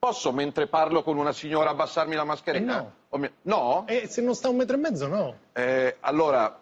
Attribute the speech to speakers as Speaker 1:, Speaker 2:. Speaker 1: Posso, mentre parlo con una signora, abbassarmi la mascherina?
Speaker 2: Eh no.
Speaker 1: O mi- No?
Speaker 2: E se non sta a un metro e mezzo, no.
Speaker 1: Eh, allora,